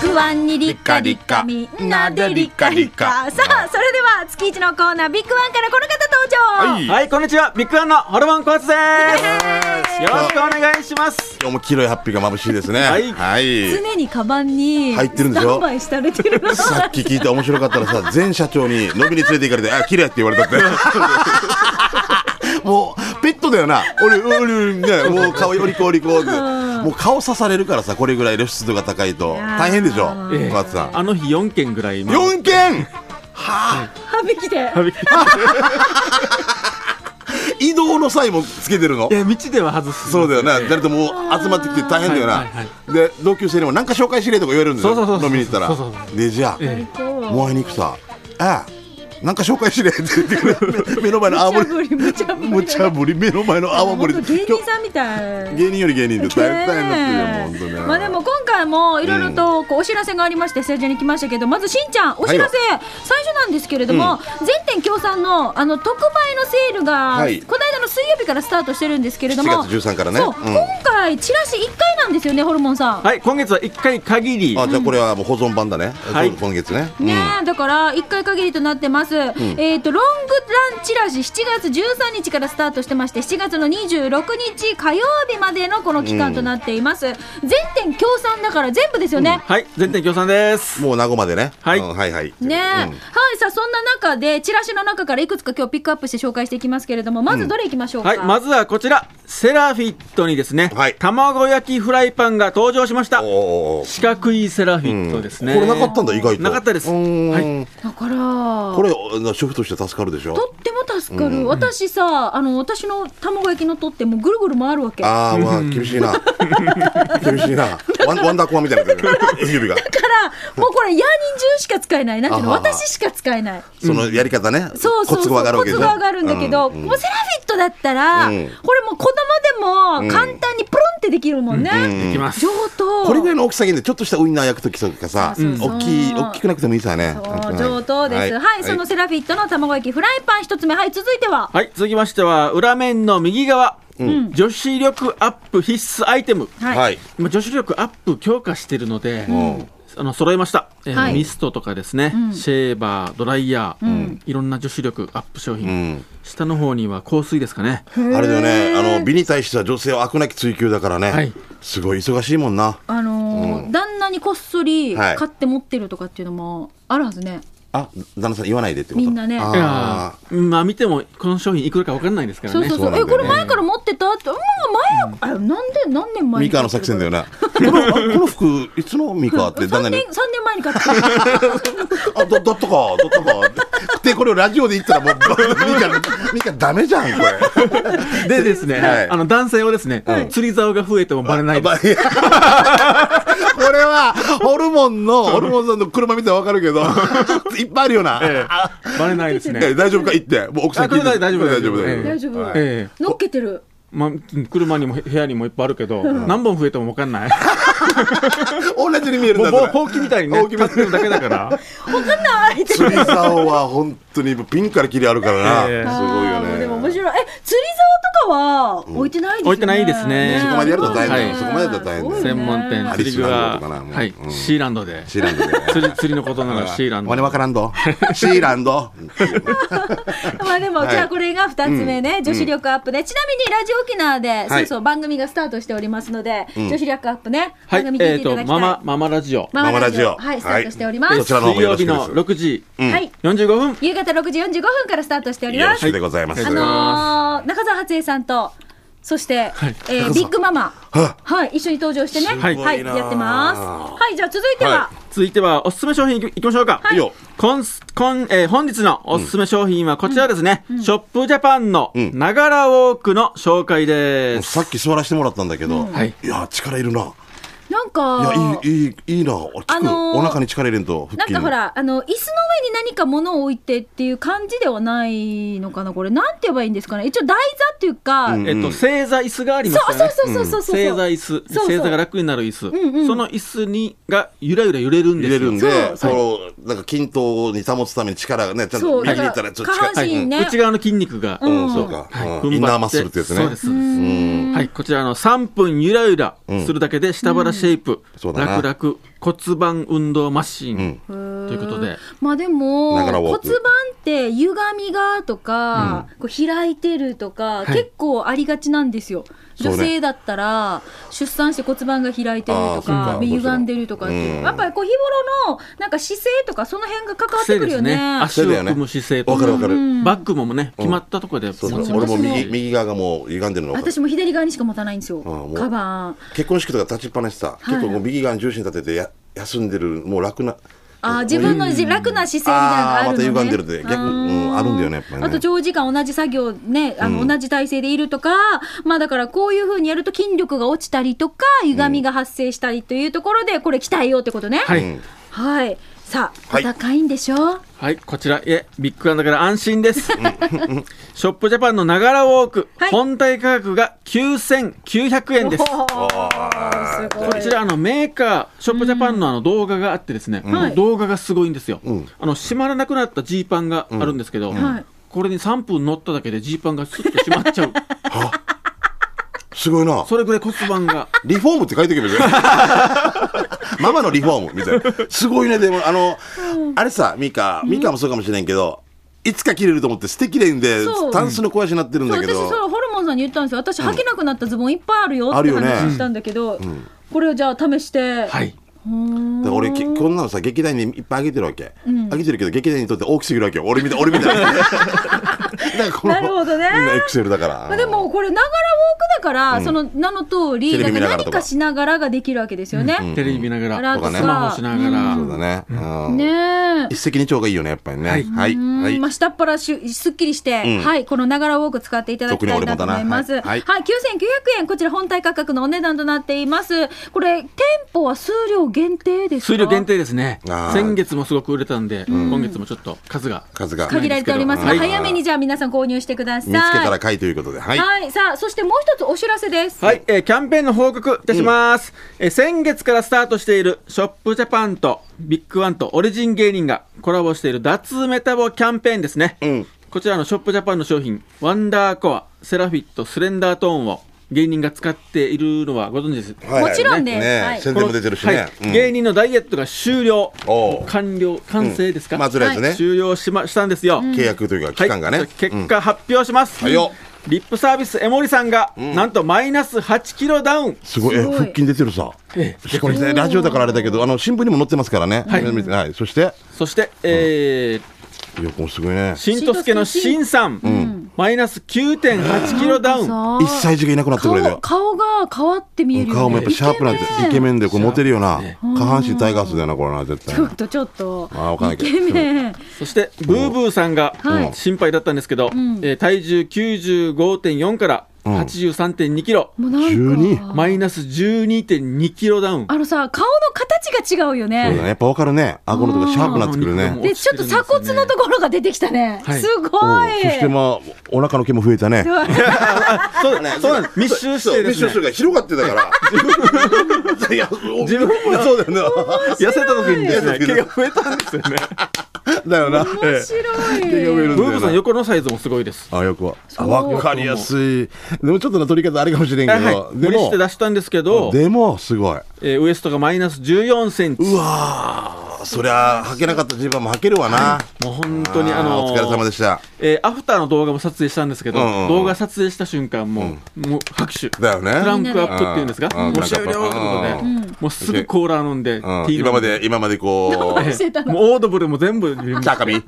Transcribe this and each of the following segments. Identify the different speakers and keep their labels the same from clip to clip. Speaker 1: 不安にリカリカみんなでリカリカさあそれでは月一のコーナービッグワンからこの方登場、
Speaker 2: はい
Speaker 3: はい、こんにちは。ビッグワンのホルモンコーツです。よろしくお願いします。
Speaker 2: 今日も黄色いハッピーが眩しいですね。
Speaker 3: はい
Speaker 2: はい。
Speaker 1: 常にカバンに
Speaker 2: 入ってるんでしょ
Speaker 1: スタンバイされてるの
Speaker 2: さっき聞いて面白かったら さ、全社長に飲みに連れて行かれて、あ、綺麗って言われたって。もう、ペットだよな。俺、俺、ね、もう顔よりこうりこう。もう顔刺されるからさ、これぐらいの湿度が高い
Speaker 1: や
Speaker 2: と。
Speaker 1: ー
Speaker 2: 大変でしょ、
Speaker 3: ええ
Speaker 2: 小松さん。
Speaker 3: あの日4件ぐらい。
Speaker 2: 4件はあ、
Speaker 1: 歯引きで
Speaker 3: 食べきっ
Speaker 2: 移動の際もつけてるの
Speaker 3: ていや、道では外す。
Speaker 2: そうだよ
Speaker 3: ね。
Speaker 2: な、誰とも集まってきて大変だよな、
Speaker 3: はいはい
Speaker 2: で同級生にも何か紹介しれとか言われるんですよ
Speaker 3: そうそうそうそう
Speaker 2: 飲みに行ったら
Speaker 3: そうそうそ
Speaker 2: でじゃあ、
Speaker 3: え
Speaker 2: もうあいに行くさああなんか紹 介しれって言ってくれ目の前の泡盛
Speaker 1: 無茶ぶり無茶ぶり
Speaker 2: むちゃぶり目の前の泡盛
Speaker 1: 本当芸
Speaker 2: 今
Speaker 1: 人さんみたい
Speaker 2: 日芸人より芸人で大変大変だっていうよもう本当ね
Speaker 1: まあでも今回もいろいろとこうお知らせがありましてスタジオに来ましたけどまずしんちゃんお知らせ最初なんですけれども全店協賛のあの特売のセールが
Speaker 2: はい
Speaker 1: この間の水曜日からスタートしてるんですけれども
Speaker 2: 7月13からね
Speaker 1: そう
Speaker 2: うん
Speaker 1: 今回チラシ1回なんですよねホルモンさん
Speaker 3: はい、今月は1回限り。
Speaker 2: あじゃあこれはもう保存版だね、
Speaker 3: はい
Speaker 2: そう今月ね
Speaker 1: ねえ、だから1回限りとなってます、えっ、とロングランチラシ7月13日からスタートしてまして7月の26日火曜日までのこの期間となっています、全店協賛だから全部ですよね、
Speaker 3: はい、全店協賛です。
Speaker 2: もう名護までね、
Speaker 3: はい
Speaker 2: うんはいはい
Speaker 1: ねえ、
Speaker 2: う
Speaker 1: は
Speaker 2: ん
Speaker 1: いさあそんな中でチラシの中からいくつか今日ピックアップして紹介していきますけれどもまずどれいきましょうか、
Speaker 3: はい、まずはこちら。セラフィットにですね、
Speaker 2: はい
Speaker 3: 卵焼きフライパンが登場しました。
Speaker 2: おー
Speaker 3: 四角いセラフィットですね。
Speaker 2: これなかったんだ意外と
Speaker 3: なかったです。
Speaker 2: うーん
Speaker 3: はい。
Speaker 1: だから
Speaker 2: これあの主婦として助かるでしょ
Speaker 1: とっても助かる、私さあの私の卵焼きのとってもうぐるぐる回るわけ
Speaker 2: ああ、まあ、厳 しいな。厳しいな。ワンワンダーコアみたいな。 指が。
Speaker 1: だからもうこれヤーニン中しか使えないなんていうの
Speaker 2: あはは
Speaker 1: 私しか使えない
Speaker 2: そのやり方ね。
Speaker 1: そうそう
Speaker 2: コツ
Speaker 1: そう
Speaker 2: が上がるわ
Speaker 1: コ
Speaker 2: け
Speaker 1: ツ
Speaker 2: でしょ
Speaker 1: が上がるんだけど、
Speaker 2: うんうん
Speaker 1: もうセラフィットだったら、
Speaker 2: うん
Speaker 1: これもう子供でも簡単にプロンってできるもんね、
Speaker 3: いきます
Speaker 1: 上。等
Speaker 2: これぐらいの大きさがいいんで、ちょっとしたウインナー焼くときとかさ、
Speaker 1: そうそうそう
Speaker 2: 大きい、大きくなくてもいいさね。
Speaker 1: そう上等です、はい、その
Speaker 2: せ
Speaker 1: セラフィットの卵焼きフライパン一つ目はい続いては
Speaker 3: はい、続きましては、裏面の右側。女子力アップ必須アイテム。
Speaker 1: はい、
Speaker 2: はい。
Speaker 3: 今女子力アップ強化しているので、
Speaker 2: ん
Speaker 3: あの揃えました、えー
Speaker 1: はい
Speaker 3: ミストとかですね、シェーバードライヤー、いろんな女子力アップ商品、
Speaker 2: ん
Speaker 3: 下の方には香水ですかね
Speaker 2: あれだよね、あの美に対しては女性は飽くなき追求だから
Speaker 3: は
Speaker 2: ね
Speaker 3: い。
Speaker 2: すごい忙しいもんな。
Speaker 1: あのー旦那にこっそり
Speaker 2: はい
Speaker 1: 買って持ってるとかっていうのもあるはずね、
Speaker 2: あ、旦那さん言わないでってこと。
Speaker 1: みんなね
Speaker 2: あ
Speaker 3: い
Speaker 2: ー
Speaker 3: やーまあ見てもこの商品いくらか分かんないですから
Speaker 1: そう
Speaker 3: ね
Speaker 1: そうそう
Speaker 2: そうなんだ
Speaker 1: え
Speaker 2: よね
Speaker 1: これ前から持ってたって、うん、前、あなんで何年前
Speaker 2: ミ
Speaker 1: に
Speaker 2: カ
Speaker 1: 買
Speaker 2: の
Speaker 1: って
Speaker 2: 作
Speaker 1: る
Speaker 2: 戦だよ
Speaker 1: か
Speaker 2: な。このあこの服、いつのミカって旦
Speaker 1: 3
Speaker 2: 那に
Speaker 1: 年。三年前に買った
Speaker 2: あ、だ、だったか、だったか。で、これをラジオで言ったら、もう、ミカ、ミカダメじゃん、これ。
Speaker 3: でですね、
Speaker 2: はい
Speaker 3: あの男性はですね、釣り竿が増えて もバレないです
Speaker 2: まあいやこれは、ホルモンの、ホルモンさんの車見たらわかるけど、 いっぱいあるよな。
Speaker 3: ええバレないですね、
Speaker 2: え大丈夫か言って。もう奥さん聞いて
Speaker 3: あこれ大丈夫
Speaker 2: 大丈夫。
Speaker 3: ええ
Speaker 1: 大丈夫、
Speaker 2: はい
Speaker 3: ええ
Speaker 1: 乗っけてる
Speaker 3: まあ、車にも部屋にもいっぱいあるけど、何本増えても分 かんない
Speaker 2: 同じに見えるん
Speaker 3: も
Speaker 2: だ
Speaker 3: うもう
Speaker 2: そ
Speaker 3: ほうきみたいにね
Speaker 2: ほうきみた
Speaker 3: 立
Speaker 2: い
Speaker 3: ってるだけだから
Speaker 1: 分かんないって
Speaker 2: 釣り竿は本当にピンからキリあるからな。
Speaker 3: ええ
Speaker 2: すご
Speaker 1: あ
Speaker 2: い
Speaker 1: ーもうでも
Speaker 2: よ
Speaker 1: 面
Speaker 2: ね。
Speaker 1: 白いえ釣り竿とかは置いてないですよね、
Speaker 3: 置いてないですね
Speaker 2: そこまでやると大変
Speaker 3: はい
Speaker 2: そこまでやると大変
Speaker 1: すごいね
Speaker 3: 専門店
Speaker 2: あ
Speaker 3: 釣り具
Speaker 2: ア
Speaker 3: は
Speaker 2: リスランドとかなもう
Speaker 3: はい
Speaker 2: うん
Speaker 3: シーランドで
Speaker 2: シーランドで。
Speaker 3: 釣り釣りのことならシーランド
Speaker 2: 俺わからんど。シーランド。
Speaker 1: まあでも、
Speaker 2: はい
Speaker 1: じゃあこれが2つ目ね、女子力アップねちなみにラジオ沖縄で、
Speaker 2: い
Speaker 1: そうそう番組がスタートしておりますので、女子力アップね
Speaker 3: はい
Speaker 1: 番組聞
Speaker 3: え
Speaker 1: い
Speaker 3: っ
Speaker 1: ていた
Speaker 3: と
Speaker 1: だきたい、
Speaker 3: ママママラジオ
Speaker 1: ママラジオ
Speaker 2: ママ
Speaker 1: は
Speaker 2: ラジオ
Speaker 1: いスタートしております、
Speaker 2: は
Speaker 1: はいい
Speaker 2: そちらの方も
Speaker 3: 水
Speaker 2: よろ
Speaker 3: 曜
Speaker 2: し
Speaker 3: 日
Speaker 2: くです
Speaker 3: の6時45分
Speaker 1: 夕方6時45分からスタートしており
Speaker 2: よ
Speaker 1: ま
Speaker 2: ろ
Speaker 1: す
Speaker 2: しくでございます
Speaker 1: あ。のー中澤初江さんとそして、えービッグママ、はい、一緒に登場してね、
Speaker 3: ご
Speaker 1: はいい、
Speaker 3: な
Speaker 1: やってます。はい、じゃあ続いて
Speaker 2: は
Speaker 1: は、
Speaker 3: 続いてはおすすめ商品いきいきましょうか
Speaker 2: いいよ
Speaker 3: こんすこんえー本日のおすすめ商品はこちらですねショップジャパンの
Speaker 2: ん
Speaker 3: ながらウォークの紹介です
Speaker 2: さっき座らせてもらったんだけど、
Speaker 3: はい
Speaker 2: いや、力いるな。
Speaker 1: なん
Speaker 2: い
Speaker 1: か、
Speaker 2: や、いい、いい、いいな。俺聞く
Speaker 1: あのー
Speaker 2: お腹に力入れんと、腹
Speaker 1: なん
Speaker 2: 筋。
Speaker 1: かほら、あの、椅子の上に何か物を置いてっていう感じではないのかな、これ。なんて言えばいいんですかね。一応台座っていうか、
Speaker 2: ん
Speaker 3: えっと正座椅子がありま
Speaker 1: そ
Speaker 3: す
Speaker 1: う
Speaker 3: よね
Speaker 1: そうそうそうそうそう。
Speaker 3: 正座椅子
Speaker 1: そうそう
Speaker 3: 正座が楽になる椅
Speaker 1: んう
Speaker 3: 子
Speaker 1: ん
Speaker 3: その椅子にがゆらゆら揺れるん
Speaker 2: 入
Speaker 3: です
Speaker 2: れ
Speaker 3: よ
Speaker 2: るん
Speaker 1: そ
Speaker 2: で
Speaker 1: う、
Speaker 2: そ
Speaker 1: そう
Speaker 2: のなんか均等に保つために力がね、ちゃん
Speaker 1: そ
Speaker 2: と
Speaker 1: う、
Speaker 2: 右
Speaker 1: だ
Speaker 2: に行っ
Speaker 1: か
Speaker 2: たら
Speaker 1: ら、
Speaker 2: ちょ
Speaker 1: 下
Speaker 2: っと力
Speaker 1: 半身ね。
Speaker 3: 内側の筋肉が
Speaker 1: うん
Speaker 2: うん、そうか、
Speaker 3: はい
Speaker 2: うんインナーマッスルってやつね。
Speaker 3: そうですそう
Speaker 2: う
Speaker 3: です
Speaker 2: ん
Speaker 3: はい、こちらあの3分ゆらゆらするだけで下腹シェイプ、
Speaker 2: そうだな
Speaker 3: 楽々骨盤運動マシーン、
Speaker 1: と
Speaker 3: ということで。
Speaker 1: まあでも
Speaker 2: ながらウォ
Speaker 1: 骨
Speaker 2: ーク
Speaker 1: 盤って歪みがとか、こう開いてるとか、結構ありがちなんですよ。
Speaker 2: そう
Speaker 1: 女
Speaker 2: ね
Speaker 1: 性だったら、出産して骨盤が開いてる
Speaker 2: あ
Speaker 1: と
Speaker 2: ーそうか
Speaker 1: か、
Speaker 2: もちろん
Speaker 1: 歪んでるとかっていう、
Speaker 2: うん
Speaker 1: やっぱりこう日頃のなんか姿勢とか、その辺が関わって
Speaker 3: 癖
Speaker 1: く
Speaker 3: で
Speaker 1: る
Speaker 3: す
Speaker 1: よね。
Speaker 3: ね。足を組む姿勢と
Speaker 2: わかるわかる。
Speaker 1: うん
Speaker 3: バッグもね、決まったところで
Speaker 2: そう
Speaker 3: 持ち
Speaker 2: そう俺も
Speaker 3: ます
Speaker 2: 右
Speaker 3: し
Speaker 2: 右側がもう歪んでるの分かる
Speaker 1: 私も左側にしか持たないんですよ、
Speaker 2: もう
Speaker 1: カバン。
Speaker 2: 結婚式とか立ちっぱなしさ、結構もう右側に重心立ててや休んでるもう楽な
Speaker 1: あー自分のじ楽な姿勢みたいなのがあるの、ね、
Speaker 2: あーまた歪んでるで逆うんあるんだよねやっぱりね
Speaker 1: あと長時間同じ作業ねあの、同じ体勢でいるとかまあだからこういうふうにやると筋力が落ちたりとか歪みが発生したりというところでこれ鍛えようってことね
Speaker 3: は
Speaker 1: はい、
Speaker 3: い、
Speaker 2: ん
Speaker 1: さあ、
Speaker 2: はい
Speaker 1: お高いんでしょう
Speaker 3: はい、こちら、いえ、ビッグワンだから安心です。ショップジャパンのながらウォーク、
Speaker 1: はい
Speaker 3: 本体価格が9900円です。こ
Speaker 1: おーすごい
Speaker 3: ちら、あの、メーカー、ショップジャパンのあの動画があってですね、
Speaker 1: はい
Speaker 3: 動画がすごいんですよ。
Speaker 2: ん
Speaker 3: あの、閉まらなくなったジーパンがあるんですけど、
Speaker 1: はい
Speaker 3: これに3分乗っただけでジーパンがスッと閉まっちゃう。
Speaker 2: すごいな
Speaker 3: それぐらい骨盤が。
Speaker 2: リフォームって書いてくれる ママのリフォームみたいなすごいねでもあの、あれさミカミカもそうかもしれんけどいつか切れると思って捨てきれんで
Speaker 1: そう
Speaker 2: タンスの壊しになってるん
Speaker 1: そ
Speaker 2: だ
Speaker 1: う
Speaker 2: け
Speaker 1: 私そ
Speaker 2: ど
Speaker 1: れホルモンさんに言ったんですよ私履けなくなったズボンいっぱいあるよ
Speaker 2: あ
Speaker 1: っ
Speaker 2: る
Speaker 1: て
Speaker 2: よね
Speaker 1: 話したんだけど、これをじゃあ試して
Speaker 3: はい。
Speaker 1: うーん
Speaker 2: だから俺けこんなのさ劇団にいっぱいあげてるわけ、あげてるけど劇団にとって大きすぎるわけよ俺みたい俺みたいなだからこの
Speaker 1: なるほ どね
Speaker 2: みんなエクセルだから
Speaker 1: まあ、でもこれながらウォークだから、その名の通り
Speaker 2: テレビ見ながら
Speaker 1: 何
Speaker 2: とか
Speaker 1: かしながらができるわけですよね。
Speaker 3: テレビ見なが
Speaker 1: あ
Speaker 3: ら、
Speaker 1: と
Speaker 2: さ
Speaker 3: スマホしながら。
Speaker 2: そうだね、うん
Speaker 1: ねえ
Speaker 2: 一石二鳥がいいよねやっぱりねはいはい、
Speaker 1: うんまあ、下っ腹しゅすっきりして、
Speaker 2: うん
Speaker 1: はい、このながらウォーク使っていただきたいなと思います。
Speaker 2: 特に俺もだなは
Speaker 1: はいい、
Speaker 2: は
Speaker 1: 9900円、こちら本体価格のお値段となっています。これ、店舗は数量限定ですか
Speaker 3: 数量限定ですね。
Speaker 2: あー
Speaker 3: 先月もすごく売れたんで、今月もちょっと数が。
Speaker 2: 数が
Speaker 1: 限られておりますが、
Speaker 3: はい
Speaker 1: 早めにじゃあ皆さん購入してください。
Speaker 2: 見つけたら買いということではい、
Speaker 1: はい、さあ、そしてもう一つお知らせです。
Speaker 3: はい、えーキャンペーンの報告いたします、えー先月からスタートしているショップジャパンとビッグワンとオリジン芸人がコラボしている脱メタボキャンペーンですね、
Speaker 2: うん
Speaker 3: こちらのショップジャパンの商品ワンダーコアセラフィットスレンダートーンを芸人が使っているのはご存知です
Speaker 2: はい
Speaker 1: もちろんです
Speaker 2: ね
Speaker 1: はい
Speaker 2: 宣伝も出てるしね、
Speaker 3: はい
Speaker 2: うん
Speaker 3: 芸人のダイエットが終了
Speaker 2: おう
Speaker 3: 完了完成ですか、
Speaker 2: まあとりあえずね、
Speaker 3: 終了しましたんですよ、
Speaker 2: 契約というか期間がね、
Speaker 3: はい、結果発表します、
Speaker 2: はいよ
Speaker 3: リップサービス江森さんが、なんとマイナス8キロダウン
Speaker 2: すごい
Speaker 1: す
Speaker 2: え
Speaker 1: ごい
Speaker 2: 腹筋出てるさ、
Speaker 3: え
Speaker 2: これねラジオだからあれだけどあの新聞にも載ってますからねはい、はいそして
Speaker 3: そして、えー、
Speaker 2: 横もすごいね
Speaker 3: しんとすけのしんさん、マイナス9.8キロダウン。
Speaker 1: さあ
Speaker 2: 一歳児がいなくなってくれた
Speaker 1: 顔顔
Speaker 2: よ
Speaker 1: が変わって見えるよ、ね、
Speaker 2: 顔もやっぱシャープなんてイケメンでこれモテるよな、
Speaker 3: シャー
Speaker 2: 下半身タイガースだよなこれな絶対
Speaker 1: ちょっとちょっと
Speaker 2: あわかんない
Speaker 1: イ
Speaker 2: けど
Speaker 1: ケメン
Speaker 3: そして、ブーブーさんが
Speaker 1: はい
Speaker 3: 心配だったんですけど、えー体重95.4から83.2キロ、
Speaker 1: もうなん
Speaker 2: 12
Speaker 1: か
Speaker 3: マイナス12.2キロダウン。
Speaker 1: あのさ顔の形が違うよ
Speaker 2: そうだ
Speaker 1: ね
Speaker 2: ねやっぱ分かるね顎のとこシャープになってくる
Speaker 3: うん
Speaker 2: ね
Speaker 1: でちょっと鎖骨のところが出てきたね、
Speaker 3: はい
Speaker 1: すご
Speaker 2: うんそして
Speaker 1: い
Speaker 2: まあお腹の毛も増えたね
Speaker 3: そうだね、そうなんです。密集してですね。
Speaker 2: が広がってたからいや
Speaker 3: 自分が
Speaker 2: そうだよ
Speaker 3: 痩せた時にです
Speaker 2: 面
Speaker 3: ね、毛
Speaker 2: 白い
Speaker 3: が増えたんですよね。
Speaker 2: なだよな
Speaker 1: 面白い、
Speaker 2: 毛が増える
Speaker 3: ブ
Speaker 2: んだ
Speaker 3: ーブー
Speaker 2: よ
Speaker 3: さん
Speaker 2: な
Speaker 3: 横のサイズもすごいです。
Speaker 2: あよくわあ
Speaker 1: う
Speaker 2: わかりやすいでもちょっとな取り方あれかもしれんけ
Speaker 3: はい
Speaker 2: ど、
Speaker 3: はい。
Speaker 2: で
Speaker 3: 無理し
Speaker 2: も
Speaker 3: て出したんですけど、
Speaker 2: でもすごい
Speaker 3: えーウエストがマイナス14センチ。
Speaker 2: うわーそりゃ履けなかったジーパンも履けるわな、
Speaker 3: もう本当にあの
Speaker 2: ーお疲れ様でした
Speaker 3: えーアフターの動画も撮影したんですけど、
Speaker 2: うんうんうん
Speaker 3: 動画撮影した瞬間もう,、もう拍手ク
Speaker 2: だよね
Speaker 3: ランクアップっていうんですか、
Speaker 2: うんうん
Speaker 3: もう終了ってことで、
Speaker 2: う
Speaker 3: もうすぐコーラ飲んで、
Speaker 2: うん
Speaker 3: ティー飲ん
Speaker 2: 今まで今までこ う
Speaker 1: してたの
Speaker 3: もうオードブルも全部見ま
Speaker 2: チャ
Speaker 3: し
Speaker 2: カビ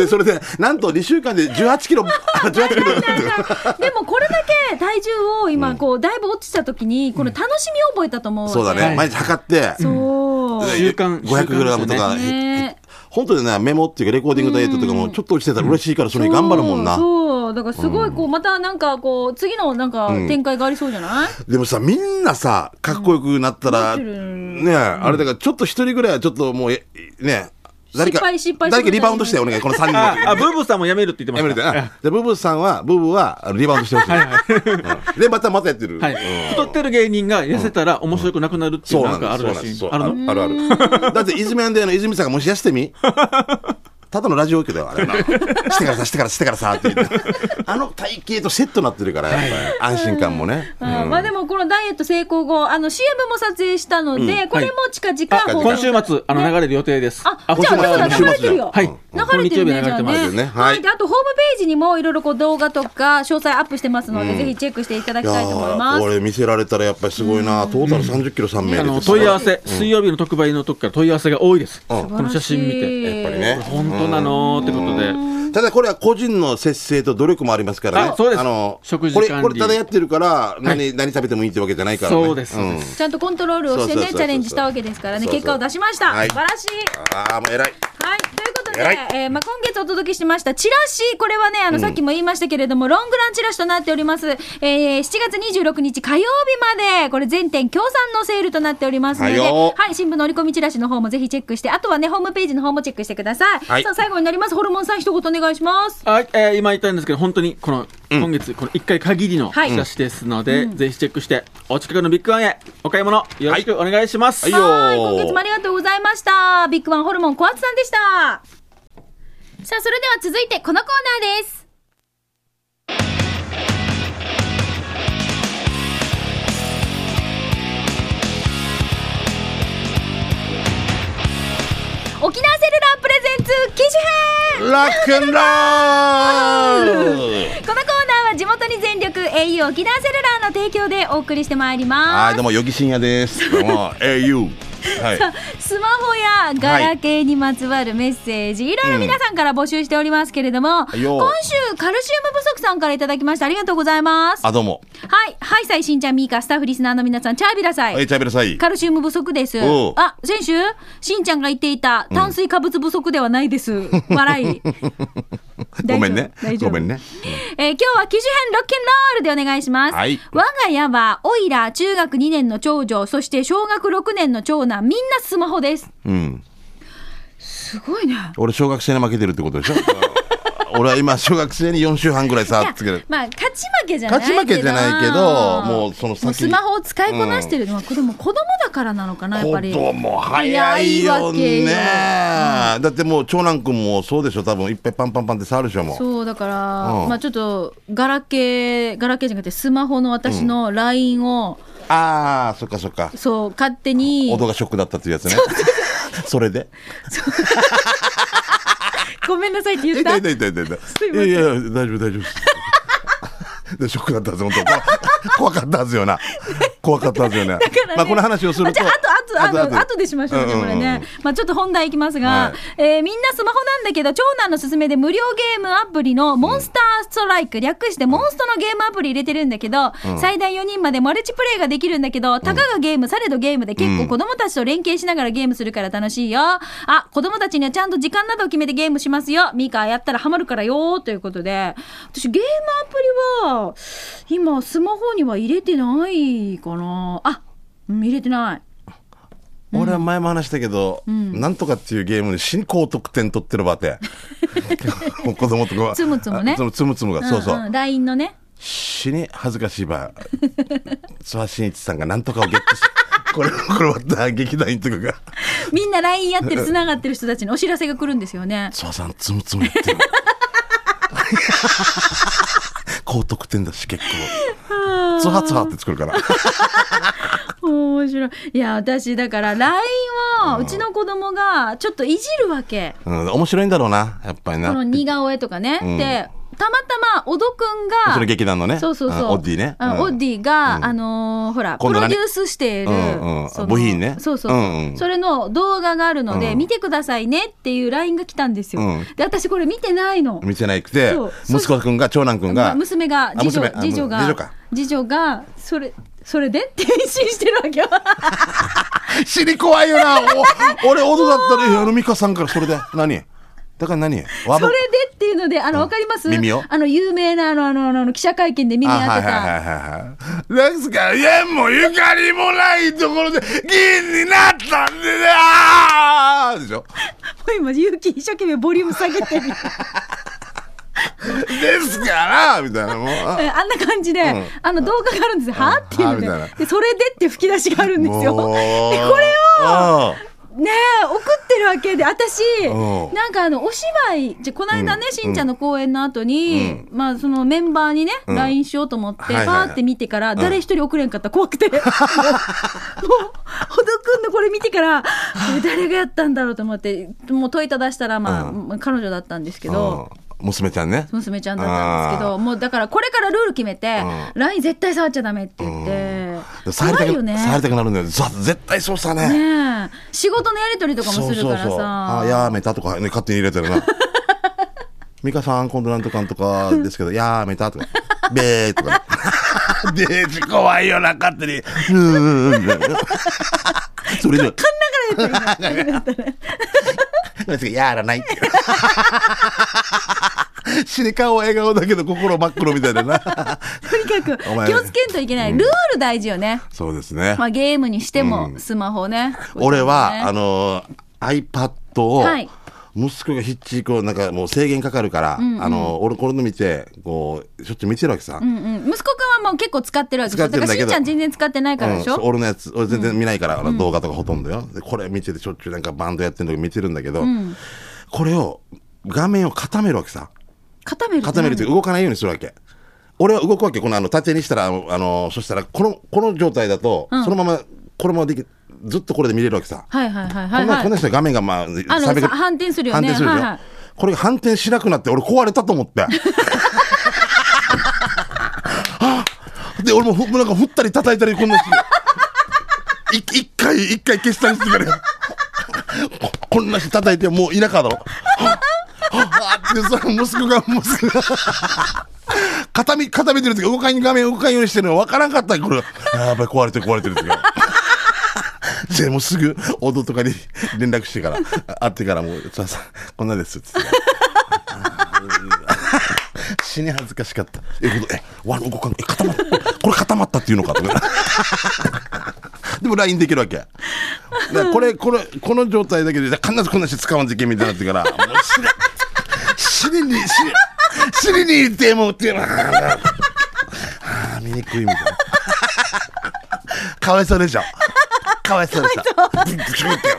Speaker 2: でそれでなんと2週間で1 8キロ18キロ
Speaker 1: でもこれだけ体重を今こうだいぶ落ちた時にこの楽しみを覚えたと思うわけ
Speaker 2: そうだね、毎日測って
Speaker 1: そう
Speaker 3: 週間
Speaker 2: 500グラムとか、
Speaker 1: ね
Speaker 2: 本当にねメモっていうかレコーディングダイエットとかもちょっと落ちてたら嬉しいからそれに頑張るもんな、
Speaker 1: そうそうだからすごいこうまたなんかこう次のなんか展開がありそうじゃない、
Speaker 2: でもさみんなさかっこよくなったら、
Speaker 1: うん
Speaker 2: ねあれだからちょっと一人ぐらいはちょっともうえね誰か
Speaker 1: 失敗失敗
Speaker 2: 誰かリバウンドしてお願いこの3人の
Speaker 3: ああブーブーさんも辞めるって言ってま
Speaker 2: やめる
Speaker 3: し
Speaker 2: で
Speaker 3: た
Speaker 2: な。じゃあブーブーさんは、ブーブーはあのリバウンドしてほしい。うんで、またまたやってる。
Speaker 3: はい
Speaker 2: うん
Speaker 3: 太ってる芸人が痩せたら面白くなくなるってい
Speaker 2: そうう
Speaker 3: な
Speaker 2: なんん
Speaker 3: か
Speaker 2: だ
Speaker 3: あるら
Speaker 2: そうなん
Speaker 3: し
Speaker 2: で
Speaker 3: い
Speaker 2: すそう
Speaker 3: ある
Speaker 2: あるある。だって、泉アンデアの泉さんがもし痩せてみただのラジオ受けだよ、あれな。してからさ、してから、してからさ、って言って。あの体型とセットになってるから、やっぱり安心感もね。
Speaker 1: あーまあでもこのダイエット成功後、あの CM も撮影したので、これも近々
Speaker 3: あ
Speaker 1: 放送、
Speaker 3: 今週末、あの、流れる予定です。
Speaker 1: あ
Speaker 3: 今
Speaker 1: じゃ
Speaker 3: 週
Speaker 1: あ、
Speaker 3: 末
Speaker 1: だ
Speaker 2: 今
Speaker 1: か
Speaker 2: 週末
Speaker 1: ら流れてるよ。
Speaker 3: はい
Speaker 1: 流れてるね、じ
Speaker 3: この日
Speaker 1: ゃあ
Speaker 3: 曜日流れてます
Speaker 2: よね
Speaker 1: ね。
Speaker 2: はい
Speaker 1: であと、ホームページにもいろいろこう動画とか、詳細アップしてますので、ぜひチェックしていただ
Speaker 2: い
Speaker 1: きたいと思いま
Speaker 2: や
Speaker 1: す。
Speaker 2: これ見せられたらやっぱりすごいな、トータル30キロ3名
Speaker 3: あ
Speaker 2: で
Speaker 3: の問い合わせ、水曜日の特売の時から問い合わせが多いです、
Speaker 2: うん
Speaker 3: この写真見て、
Speaker 2: やっぱりね
Speaker 3: 本当なのってことで、
Speaker 2: ただこれは個人の節制と努力もありますからね
Speaker 3: あそうです
Speaker 2: の
Speaker 3: 食事
Speaker 2: これ
Speaker 3: 管理
Speaker 2: これただやってるから何,、何食べてもいいってわけじゃないからね
Speaker 3: そうですそうです
Speaker 2: ん
Speaker 1: ちゃんとコントロールをして
Speaker 2: そうそうそう
Speaker 1: ね、
Speaker 2: そ
Speaker 1: チ
Speaker 2: う
Speaker 1: ャレンジしたわけですからね、
Speaker 2: そうそう
Speaker 1: 結果を出しました。
Speaker 2: はい
Speaker 1: 素晴らしい。
Speaker 2: ああもう偉い
Speaker 1: はい、ということで、
Speaker 2: 偉い
Speaker 1: えーまあ、今月お届けしましたチラシ、これはね、あの、さっきも言いましたけれども、ロングランチラシとなっております。えー、7月26日火曜日まで、これ全店協賛のセールとなっておりますので、
Speaker 2: はよ
Speaker 1: はい、新聞の折り込みチラシの方もぜひチェックして、あとはね、ホームページの方もチェックしてください。
Speaker 2: はい
Speaker 1: さあ、最後になります。ホルモンさん、一言お願いします。
Speaker 3: はいえー今言ったんですけど、本当にこの、今月、この1回限りの
Speaker 1: はい
Speaker 3: 写真ですので、ぜひチェックして、お近くのビッグワンへお買い物、よろしくお願いしま
Speaker 2: は
Speaker 3: す。
Speaker 2: いよー
Speaker 1: はい、今月もありがとうございました。ビッグワンホルモン小松さんでした。さあ、それでは続いてこのコーナーです。沖縄セルラープレゼンツ機種編
Speaker 2: ラックンロール
Speaker 1: このコーナーは地元に全力 au 沖縄セルラーの提供でお送りしてまいります
Speaker 2: はいどうもよぎしんやですどう も au はい
Speaker 1: スマホやガラケーにまつわるメッセージ、い、ろいろ皆さんから募集しておりますけれども、
Speaker 2: いよ
Speaker 1: 今週カルシウム不足さんからいただきましたありがとうございますは
Speaker 2: あどうも
Speaker 1: いはいさいしんちゃんみーかスタッフリスナーの皆さんチャービラさい、
Speaker 2: はいチャイベルサイ
Speaker 1: カルシウム不足です
Speaker 2: おう
Speaker 1: あ先週しんちゃんが言っていた炭水化物不足ではない です、笑い
Speaker 2: ごめんね
Speaker 1: 大丈夫
Speaker 2: ごめんね
Speaker 1: えー今日は機種編ロッケンロールでお願いします。
Speaker 2: はい
Speaker 1: 我が家は、オイラ中学2年の長女、そして小学6年の長男、みんなスマホです。
Speaker 2: うん
Speaker 1: すごいね。
Speaker 2: 俺小学生に負けてるってこ とでしょ俺は今小学生に4週半ぐらい
Speaker 1: い
Speaker 2: 差
Speaker 1: や
Speaker 2: つける
Speaker 1: まあ、勝ち負けじゃないけ
Speaker 2: 勝
Speaker 1: ど。
Speaker 2: ち負けじゃないけどもうその先
Speaker 1: スマホを使いこなしてるのは、子供子供だからなのかな、やっぱり。
Speaker 2: 子供早いよねだってもう長男君もそうでしょ多分いっぱいパンパンパンって触るでしょもう
Speaker 1: そうだから、
Speaker 2: うん
Speaker 1: まあちょっとガラケーガラケーじゃなくてスマホの私の LINE を、
Speaker 2: ああそっかそっか
Speaker 1: そう勝手に
Speaker 2: 音がショックだったっていうや つねそれで
Speaker 1: ごめんなさいって言っ
Speaker 2: 痛
Speaker 1: た
Speaker 2: い痛い痛い痛い痛
Speaker 1: すいませ
Speaker 2: い
Speaker 1: ん
Speaker 2: いやいや大丈夫大丈夫です でショックだったはず本当怖怖かったはずよな怖かったはずよね
Speaker 1: からね
Speaker 2: まあこの話をすると
Speaker 1: あじゃあ、あと、あと、あとでしましょうね、
Speaker 2: んん
Speaker 1: こ
Speaker 2: ん
Speaker 1: れね。 まあ、ちょっと本題いきますが
Speaker 2: は、
Speaker 1: えーみんなスマホなんだけど、長男の勧めで無料ゲームアプリのモンスターストライク、略してモンストのゲームアプリ入れてるんだけど、最大4人までマルチプレイができるんだけど、たかがゲーム、されどゲームで結構子供たちと連携しながらゲームするから楽しいよ。あ、子供たちにはちゃんと時間などを決めてゲームしますよ。ミカやったらハマるからよ、ということで。私、ゲームアプリは、今、スマホには入れてないかな。あ、うん入れてない。
Speaker 2: 俺は前も話したけど、なんとかっていうゲームに新高得点取ってるば って。子供とかは。
Speaker 1: つむつむね
Speaker 2: あそのつむつむが、そうそう。
Speaker 1: んん LINE のね。
Speaker 2: 死に恥ずかしいば。諏訪真一さんがなんとかをゲットし、 これ、これはた劇団員とかが、
Speaker 1: みんな LINE やってる、繋がってる人たちにお知らせが来るんですよね。
Speaker 2: 諏訪さんつむつむやってる。高得点だし、結構。つはつはって作るから。
Speaker 1: 面白い。いや、私、だから LINE を、うちの子供がちょっといじるわけ。
Speaker 2: うん、面白いんだろうな、やっぱり
Speaker 1: こ
Speaker 2: な。
Speaker 1: の似顔絵とかね。
Speaker 2: ん
Speaker 1: で、たまたま、小戸くんが、
Speaker 2: その劇団のね。
Speaker 1: そうそうそう。
Speaker 2: んオッディね。
Speaker 1: あ
Speaker 2: うん
Speaker 1: オッディが、あのーほら、
Speaker 2: 今
Speaker 1: プ
Speaker 2: 度
Speaker 1: ロデ
Speaker 2: 何
Speaker 1: ュースしている
Speaker 2: うんうん、
Speaker 1: その
Speaker 2: 部品ね
Speaker 1: そうそうそう
Speaker 2: うんうん
Speaker 1: それの動画があるので、
Speaker 2: うん
Speaker 1: 見てくださいねっていう LINE が来たんですよ。
Speaker 2: うん
Speaker 1: で、私これ見てないの。
Speaker 2: 見せないくて
Speaker 1: そう、
Speaker 2: 息子くんが、長男くん
Speaker 1: ま
Speaker 2: が
Speaker 1: あ、、娘が、
Speaker 2: あ
Speaker 1: 次女
Speaker 2: 娘あ
Speaker 1: 次女が、
Speaker 2: 次女か
Speaker 1: 次女が、それ、それでって返信してるわけよ。
Speaker 2: 知り怖いよな。 お俺、オドだったら、いやあの、ミカさんからそれで、何だから何ワ
Speaker 1: それでっていうので、あの、わかります
Speaker 2: 耳を
Speaker 1: あの、有名なあの、あの、あのあの記者会見で耳
Speaker 2: あ
Speaker 1: 当
Speaker 2: はい
Speaker 1: て
Speaker 2: はいはい
Speaker 1: た。
Speaker 2: はいはい。ですから、いや、もうゆかりもないところで、議員になったんでね、あーでし
Speaker 1: も
Speaker 2: ょ。
Speaker 1: う今、勇気一生懸命ボリューム下げて る。
Speaker 2: ですから、みたいな、もうあ
Speaker 1: えーあんな感じで、あの動画があるんですよ、はあっていうの
Speaker 2: はあみたい
Speaker 1: で
Speaker 2: な
Speaker 1: で、それでっていう吹き出しがあるんですよ。で、
Speaker 2: もう
Speaker 1: これを、
Speaker 2: あー
Speaker 1: ねえ送ってるわけで私
Speaker 2: うん
Speaker 1: なんかあのお芝居じゃこの間ね、しんちゃんの公演の後に、まあそのメンバーにね、
Speaker 2: ん
Speaker 1: LINE しようと思って、
Speaker 2: はいはいはい
Speaker 1: バーって見てから、誰一人送れんかった怖く てもうもうほどくんのこれ見てからこれ誰がやったんだろうと思ってもう問いただしたらまあ、
Speaker 2: うん
Speaker 1: まあ彼女だったんですけ
Speaker 2: うん
Speaker 1: ど。
Speaker 2: 娘ちゃんね。
Speaker 1: 娘ちゃんだったんですけど、もうだからこれからルール決めて、LINE 絶対触っちゃダメって言って、
Speaker 2: 触り
Speaker 1: 怖
Speaker 2: た
Speaker 1: い
Speaker 2: く、
Speaker 1: よね。
Speaker 2: 触りたくなるんだよ。ざ絶対そうさね。
Speaker 1: ねえ仕事のやり取りとかもするからさ。
Speaker 2: あーやーめたとかね、勝手に入れて るな。美香さん、今度なんとかんとかですけど、やーめたとか、べーとか。 デージ怖いよな、勝手に。うーん。それで。
Speaker 1: 考えられてる
Speaker 2: なんですか やらないっていう。死に顔は笑顔だけど心真っ黒みた いだな。
Speaker 1: とにか
Speaker 2: お
Speaker 1: く
Speaker 2: 前
Speaker 1: 気をつけんといけない。ルール大事よね。
Speaker 2: そうですね。
Speaker 1: まあゲームにしても、スマホね。
Speaker 2: 俺は、あ
Speaker 1: の、
Speaker 2: のー、iPad を、
Speaker 1: はい
Speaker 2: 息子がひっちりこう、なんかもう制限かかるから、あのー、俺、これの見て、こう、しょっちゅう見てるわけさ。
Speaker 1: うんうん。息子くんはもう結構使ってるわけでし
Speaker 2: 使
Speaker 1: ょ。
Speaker 2: っ
Speaker 1: だか
Speaker 2: てるん
Speaker 1: ら
Speaker 2: だ
Speaker 1: し
Speaker 2: け
Speaker 1: ん
Speaker 2: ど
Speaker 1: ちゃん全然使ってないからでし
Speaker 2: うんそう
Speaker 1: ょ。
Speaker 2: 俺のやつ、俺全然見ないから、あの動画とかほとんどよ。でこれ見ててしょっちゅうなんかバンドやってるの見てるんだけど、これを、画面を固めるわけさ。
Speaker 1: 固める。
Speaker 2: 固めるというか動かないようにするわけ。俺は動くわけ、このあの縦にしたら、あのあのそしたらこの、この状態だと、
Speaker 1: うん
Speaker 2: そのまま、このままでき、ずっとこれで見れるわけさ。
Speaker 1: はいはいはいはい
Speaker 2: こんな、
Speaker 1: は。
Speaker 2: こんな い人画面がまあ、
Speaker 1: あの
Speaker 2: 300
Speaker 1: さ反転するよね
Speaker 2: 反転するでしょ
Speaker 1: はいはい
Speaker 2: これが反転しなくなって、俺壊れたと思って。は ぁで、俺もふなんか振ったり叩いたり、こんなして。い一回、一回消したりしてから。ここんな人叩いてもう田舎だろ。はぁはぁって、その息子が、息子が。 固め、固めてる時、動かん、画面動かんようにしてるの分からんかったこれ。あーやばい、壊れてる、壊れてる時。 でもうすぐ、弟とかに連絡してから、あ会ってからもう、ささ、こんなです、つって。死に恥ずかしかった。え、これえ、わ、動かん、え、固まった。これ固まったっていうのかとか。 でも LINE できるわけ。だからこれ、これ、この状態だけで、必ずこんな人使わんといけんみたいになってから、もう死ね、死ねに、死ね、死ねに言ってもうっていうのは、あー見にくいみたいな。かわいそうでしょ。かわいそうでしょ。ブッブチブってよ。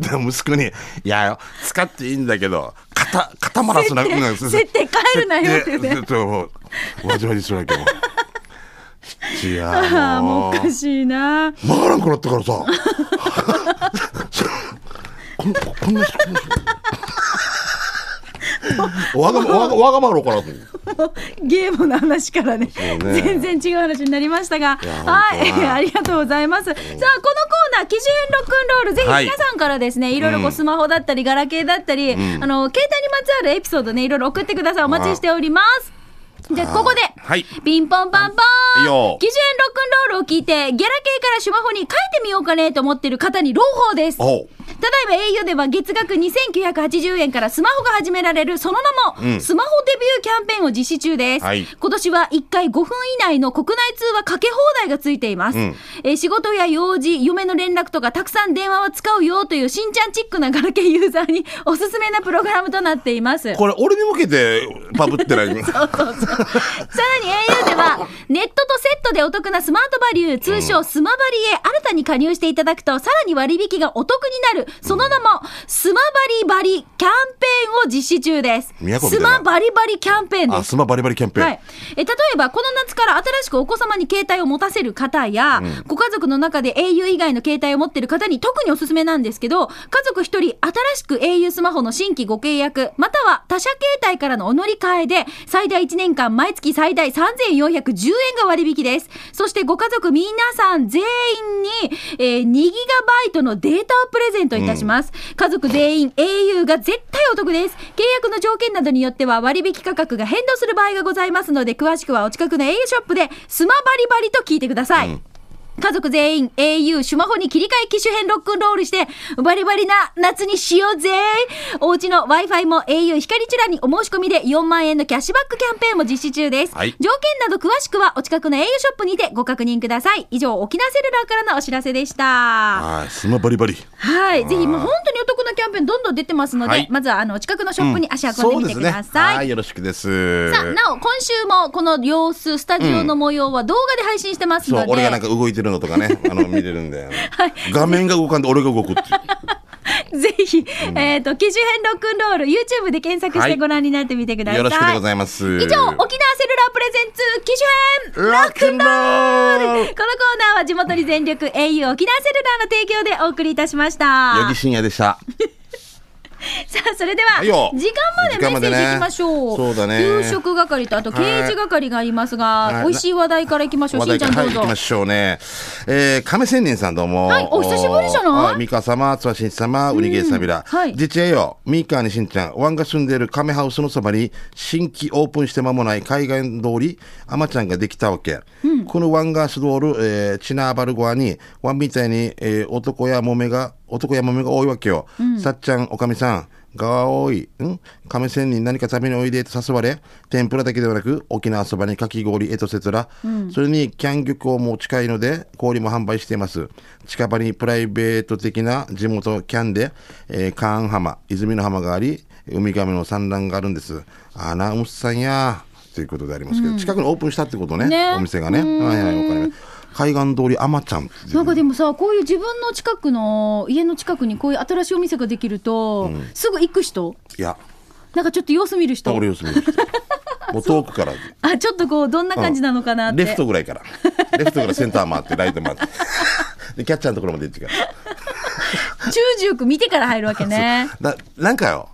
Speaker 2: でも息子に、いやよ、使っていいんだけど、固、固まらすな、
Speaker 1: 設定
Speaker 2: うん
Speaker 1: 設定変えるなよっていうね
Speaker 2: 設定ちょっと もう、わじわじするわけよ。い
Speaker 1: あ
Speaker 2: や
Speaker 1: あ、も
Speaker 2: も
Speaker 1: うおかしいな。
Speaker 2: う、曲がらんくなったからさ。こんこんな人、こんな人。わがま、わがわがままろうかなと思う。
Speaker 1: ゲームの話からね
Speaker 2: うね
Speaker 1: 全然違う話になりましたが、
Speaker 2: や
Speaker 1: はい、
Speaker 2: 本当 だ
Speaker 1: ありがとうございます。さあ、このコーナー、基準ロックンロール、ぜひ
Speaker 2: はい
Speaker 1: 皆さんからですね、い、ろいろこうスマホだったり、ガラケーだったり、あの、携帯にまつわるエピソードね、いろいろ送ってください。お待ちしております。じゃあ、ここで、
Speaker 2: はい
Speaker 1: ピンポンパンポ
Speaker 2: いい
Speaker 1: ーン
Speaker 2: よ
Speaker 1: 基準ロックンロールを聞いて、ギャラケーからスマホに書いてみようかねと思ってる方に朗報です。
Speaker 2: おう
Speaker 1: ただいま au では月額2980円からスマホが始められるその名も、スマホデビューキャンペーンを実施中です、
Speaker 2: はい
Speaker 1: 今年は1回5分以内の国内通話かけ放題がついています、えー仕事や用事嫁の連絡とかたくさん電話は使うよというしんちゃんチックなガラケーユーザーにおすすめなプログラムとなっています
Speaker 2: これ、俺に向けて、パブっ てない。
Speaker 1: さらに au では、ネットとセットでお得なスマートバリュー、通称スマバリへ新たに加入していただくと、さらに割引がお得になる、その名も、スマバリバリキャンペーンを実施中です。
Speaker 2: 宮古み
Speaker 1: ス
Speaker 2: たいな
Speaker 1: マバリバリキャンペーンで
Speaker 2: あ、
Speaker 1: す。
Speaker 2: スマバリバリキャンペーン。
Speaker 1: はい、え例えば、この夏から新しくお子様に携帯を持たせる方や、ご家族の中で au 以外の携帯を持ってる方に特におすすめなんですけど、家族1人、新しく au スマホの新規ご契約、または他社携帯からのお乗り換えで、最大1年間、毎月最大3410円が割引です。そして、ご家族皆さん全員に、えー、2ギガバイトのデータをプレゼントいたします。家族全員 au が絶対お得です。契約の条件などによっては割引価格が変動する場合がございますので、詳しくはお近くの au ショップでスマバリバリと聞いてください。家族全員 au スマホに切り替え機種編ロックンロールして、バリバリな夏にしようぜおうちの Wi-Fi も au 光チュラにお申し込みで4万円のキャッシュバックキャンペーンも実施中です。
Speaker 2: はい
Speaker 1: 条件など詳しくはお近くの au ショップにてご確認ください。以上、沖縄セルラーからのお知らせでした。
Speaker 2: はい、スマバリバリ。
Speaker 1: はい、ぜひもう本当にお得なキャンペーンどんどん出てますので、
Speaker 2: はい
Speaker 1: まずはあのお近くのショップに足を運んでみてください。
Speaker 2: はい、よろしくです。
Speaker 1: さあなお今週もこの様子スタジオの模様は動画で配信してます
Speaker 2: そ
Speaker 1: の
Speaker 2: う
Speaker 1: で、、
Speaker 2: 俺がなんか動いてるるのとかね、あの、見れるんで、 画面が動かんで俺が動くっていう。
Speaker 1: ぜひ、えっ、と、機種編ロックンロール、YouTube で検索してご覧になってみてください。
Speaker 2: よろしくでございます。
Speaker 1: 以上、沖縄セルラープレゼンツ、機種編
Speaker 2: ロックンロール
Speaker 1: このコーナーは地元に全力 au 沖縄セルラーの提供でお送りいたしました。
Speaker 2: 八木深也でした。
Speaker 1: さあ、それでは、
Speaker 2: は
Speaker 1: 時
Speaker 2: いよ
Speaker 1: 間までメッセージいきましょう。
Speaker 2: 時間までねそうだね
Speaker 1: 給食係と、あと、
Speaker 2: はい
Speaker 1: 刑事係がいますが、美
Speaker 2: い
Speaker 1: 味しい話題からいきましょう。
Speaker 2: 話
Speaker 1: しん
Speaker 2: 題
Speaker 1: ちゃ
Speaker 2: か
Speaker 1: んど
Speaker 2: ら、は
Speaker 1: う
Speaker 2: い、
Speaker 1: ぞ。
Speaker 2: 行きましょうね。えー、亀仙人さんどうも。
Speaker 1: はいお久しぶりじゃない
Speaker 2: はいミカ様、つわしんち様、ウニゲーサビラ。
Speaker 1: はい
Speaker 2: 実はよ、ミカにしんちゃん、ワンが住んでいる亀ハウスのそばに、新規オープンして間もない海岸通り、アマちゃんができたわけ。このワンガスドール、えー、チナーバルゴアに、ワンみたいに、えー、男やもめが、男やもめが多いわけよ。さっちゃん、おかみさん、が多い、ん亀仙人何か食べにおいでと誘われ、天ぷらだけではなく、沖縄そばにかき氷、えとせつら、それにキャン漁港も近いので、氷も販売しています。近場にプライベート的な地元キャンで、えー、カーン浜、泉の浜があり、ウミガメの産卵があるんです。アナウンサーやということでありますけど、近くにオープンしたってことね、
Speaker 1: ね
Speaker 2: お店がね。はいはい、わかります海岸通り、あまちゃんっていう
Speaker 1: なんかでもさ、こういう自分の近くの、家の近くにこういう新しいお店ができると、すぐ行く人、
Speaker 2: いや、
Speaker 1: なんかちょっと様子見る人、
Speaker 2: 俺様子見ました。もう遠くから。
Speaker 1: あちょっとこう、どんな感じなのかなって、
Speaker 2: レフトぐら いから。レフトからセンター回って、ライト回って。で、キャッチャーのところまで行ってから。
Speaker 1: 中十九見てから入るわけね。
Speaker 2: だなんかよ、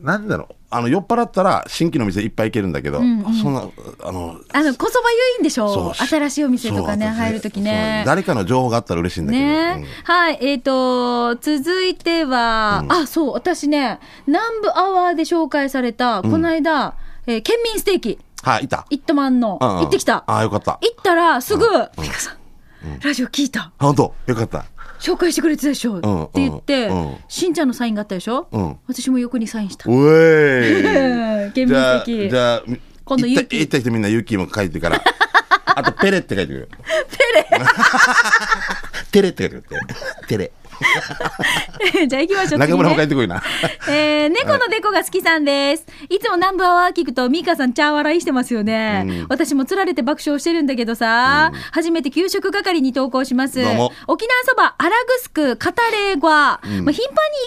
Speaker 2: なんだろう、あの、酔っ払ったら、新規の店いっぱい行けるんだけど、そんな、あの、
Speaker 1: あの、こそばゆいんでし
Speaker 2: そ
Speaker 1: ょ
Speaker 2: う
Speaker 1: 新しいお店とかね、
Speaker 2: そう
Speaker 1: 入るとき
Speaker 2: そう
Speaker 1: ね。
Speaker 2: 誰かの情報があったら嬉しいんだけど。
Speaker 1: ね、はい、えっ、と、続いては、あ、そう、私ね、南部アワーで紹介された、この間、えー県民ステーキ、
Speaker 2: うんはい、いた。
Speaker 1: イットマンの、
Speaker 2: うんうん
Speaker 1: 行ってきた。
Speaker 2: あ
Speaker 1: 行
Speaker 2: あ、よかった。
Speaker 1: ったら、すぐ、美香さん、ラジオ聞いた。
Speaker 2: あ本当よかった。
Speaker 1: 紹介してくれてたでしょ、
Speaker 2: ん
Speaker 1: って言って、
Speaker 2: うん
Speaker 1: しんちゃんのサインがあったでしょ、
Speaker 2: うん
Speaker 1: 私も横にサインした。
Speaker 2: う えい。
Speaker 1: 県民
Speaker 2: じゃあ、
Speaker 1: 的
Speaker 2: じゃあ、
Speaker 1: 今度
Speaker 2: 行
Speaker 1: ユ
Speaker 2: っ
Speaker 1: キ
Speaker 2: た行った人みんなユキも書いてから。あと、ペレって書いてくる。ペレ テレって書いてくる。テレ。
Speaker 1: じゃあ行きましょう。
Speaker 2: 中村
Speaker 1: 次
Speaker 2: も書
Speaker 1: ね
Speaker 2: いてこいな。
Speaker 1: えー、猫のデコが好きさんです。いつも南部アワー聞くと、ミカさん、茶笑いしてますよね、私もつられて爆笑してるんだけどさ、初めて給食係に投稿します。
Speaker 2: どうも
Speaker 1: 沖縄そば、アラグスク、カタレーゴア、まあ、頻繁に行